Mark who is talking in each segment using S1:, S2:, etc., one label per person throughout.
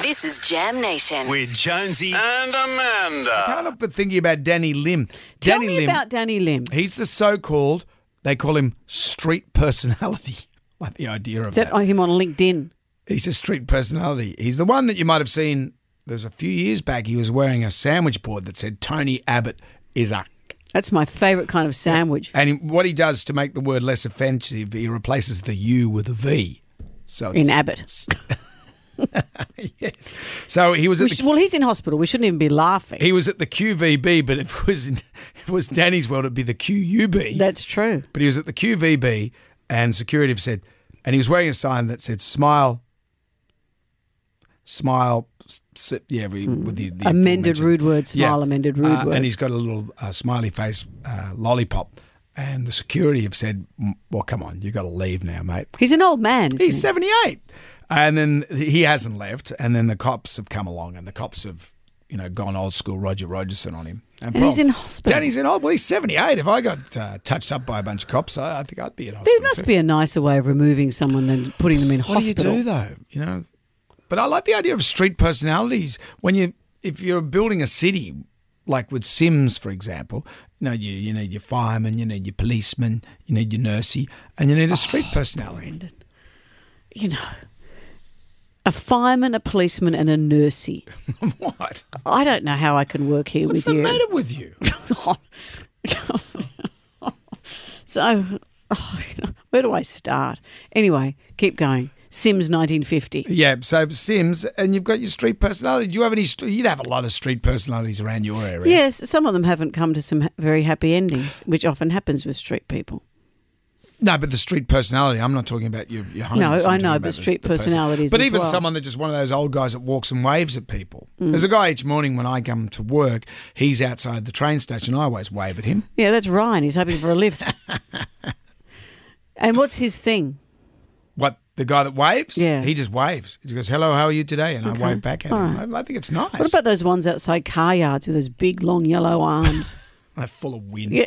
S1: This is Jam Nation.
S2: with Jonesy.
S3: and Amanda.
S4: Can't help but thinking about Danny Lim.
S5: Tell
S4: Danny
S5: me
S4: Lim.
S5: about Danny Lim.
S4: he's the so-called. They call him street personality. Like the idea of
S5: Is that on him on LinkedIn?
S4: he's a street personality. He's the one that you might have seen. There's a few years back, he was wearing a sandwich board that said Tony Abbott is a.
S5: That's my favourite kind of sandwich.
S4: And he- what he does to make the word less offensive, he replaces the U with a V. So it's,
S5: In Abbott.
S4: yes. So he was
S5: We
S4: at
S5: should-
S4: the,
S5: well, he's in hospital. We shouldn't even be laughing.
S4: he was at the QVB, but if it was in, if it was Danny's world, it'd be the QUB.
S5: That's true.
S4: but he was at the QVB, and security have said, and he was wearing a sign that said "Smile, smile." s- s- Yeah, we, with the, the
S5: Hmm. Amended
S4: aforementioned-
S5: rude word, smile, amended rude
S4: uh,
S5: word.
S4: And he's got a little uh, smiley face uh, lollipop, and the security have said, "Mm, "Well, come on, you got to leave now, mate."
S5: He's an old man. isn't
S4: He's
S5: he?
S4: seventy-eight, and then he hasn't left, and then the cops have come along, and the cops have. You know, gone old school Roger Rogerson on him.
S5: And he's
S4: prob-
S5: in hospital.
S4: Danny's in hospital. He's 78. If I got uh, touched up by a bunch of cops, I, I think I'd be in hospital.
S5: There must
S4: too.
S5: be a nicer way of removing someone than putting them in
S4: What
S5: hospital.
S4: do you do though? You know, but I like the idea of street personalities. When you, if you're building a city, like with Sims, for example, you know, you you need your fireman, you need your policeman, you need your nursey, and you need a street personality.
S5: Brendan. You know, a fireman, a policeman, and a nursey.
S4: what?
S5: I don't know how I can work here
S4: What's the
S5: with you.
S4: matter with you?
S5: so, oh, you know, where do I start? Anyway, keep going. Sims 1950.
S4: yeah. So Sims, and you've got your street personality. Do you have any? st- You'd have a lot of street personalities around your area.
S5: Yes, some of them haven't come to some ha- very happy endings, which often happens with street people.
S4: No, but the street personality. I'm not talking about your your home.
S5: No, I know, but
S4: the
S5: street
S4: the person.
S5: personalities
S4: But
S5: as
S4: even
S5: well. Mm.
S4: someone that's just one of those old guys that walks and waves at people. There's a guy each morning when I come to work. He's outside the train station. I always wave at him.
S5: Yeah, that's Ryan. He's hoping for a lift. and what's his thing?
S4: What the guy that waves?
S5: Yeah.
S4: he just waves. He goes, "Hello, how are you today?" And I wave back at him. I, I think it's nice.
S5: What about those ones outside car yards with those big, long, yellow arms?
S4: They're full of wind.
S5: Yeah.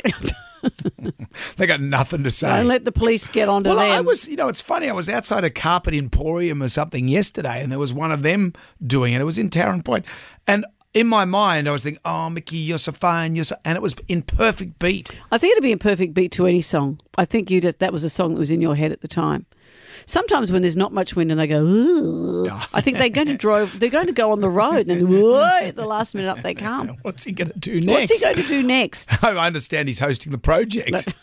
S4: They got nothing to say.
S5: Don't let the police get onto
S4: Well,
S5: them.
S4: I was, you know, it's funny. I was outside a carpet emporium or something yesterday, and there was one of them doing it. It was in Tarrant Point, and in my mind, I was thinking, "Oh, Mickey, you're so fine, you're so," and it was in perfect beat.
S5: I think it'd be a perfect beat to any song. I think you just, that was a song that was in your head at the time. Sometimes when there's not much wind and they go, "Ooh," I think they're going to drove. They're going to go on the road and then "Whoa," at the last minute up they come.
S4: What's he going to do
S5: What's
S4: next?
S5: he going to do next?
S4: I understand he's hosting the project.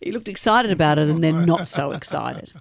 S5: He looked excited about it and then not so excited.